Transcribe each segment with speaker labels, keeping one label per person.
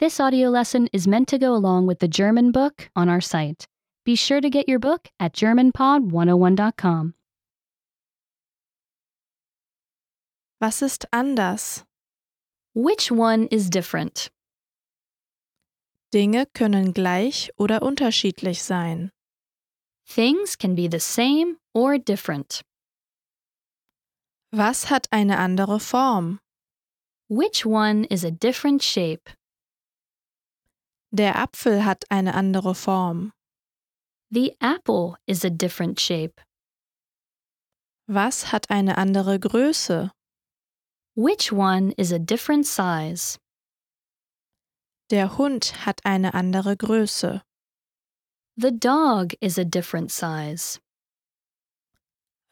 Speaker 1: This audio lesson is meant to go along with the German book on our site. Be sure to get your book at GermanPod101.com.
Speaker 2: Was ist anders?
Speaker 1: Which one is different?
Speaker 2: Dinge können gleich oder unterschiedlich sein.
Speaker 1: Things can be the same or different.
Speaker 2: Was hat eine andere Form?
Speaker 1: Which one is a different shape?
Speaker 2: Der Apfel hat eine andere Form.
Speaker 1: The apple is a different shape.
Speaker 2: Was hat eine andere Größe?
Speaker 1: Which one is a different size?
Speaker 2: Der Hund hat eine andere Größe.
Speaker 1: The dog is a different size.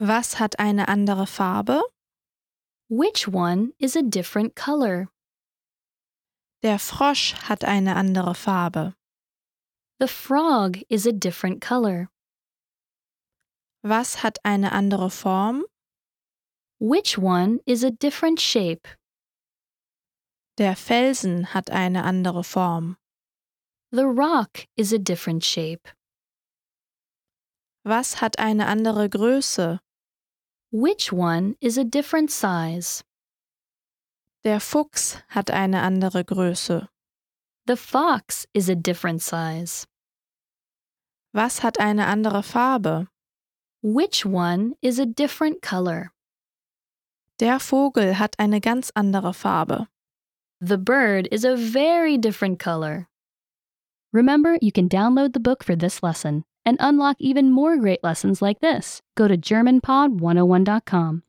Speaker 2: Was hat eine andere Farbe?
Speaker 1: Which one is a different color?
Speaker 2: Der Frosch hat eine andere Farbe.
Speaker 1: The frog is a different color.
Speaker 2: Was hat eine andere Form?
Speaker 1: Which one is a different shape?
Speaker 2: Der Felsen hat eine andere Form.
Speaker 1: The rock is a different shape.
Speaker 2: Was hat eine andere Größe?
Speaker 1: Which one is a different size?
Speaker 2: Der Fuchs hat eine andere Größe.
Speaker 1: The fox is a different size.
Speaker 2: Was hat eine andere Farbe?
Speaker 1: Which one is a different color?
Speaker 2: Der Vogel hat eine ganz andere Farbe.
Speaker 1: The bird is a very different color. Remember, you can download the book for this oh lesson and unlock even more great lessons like this. Go to GermanPod101.com.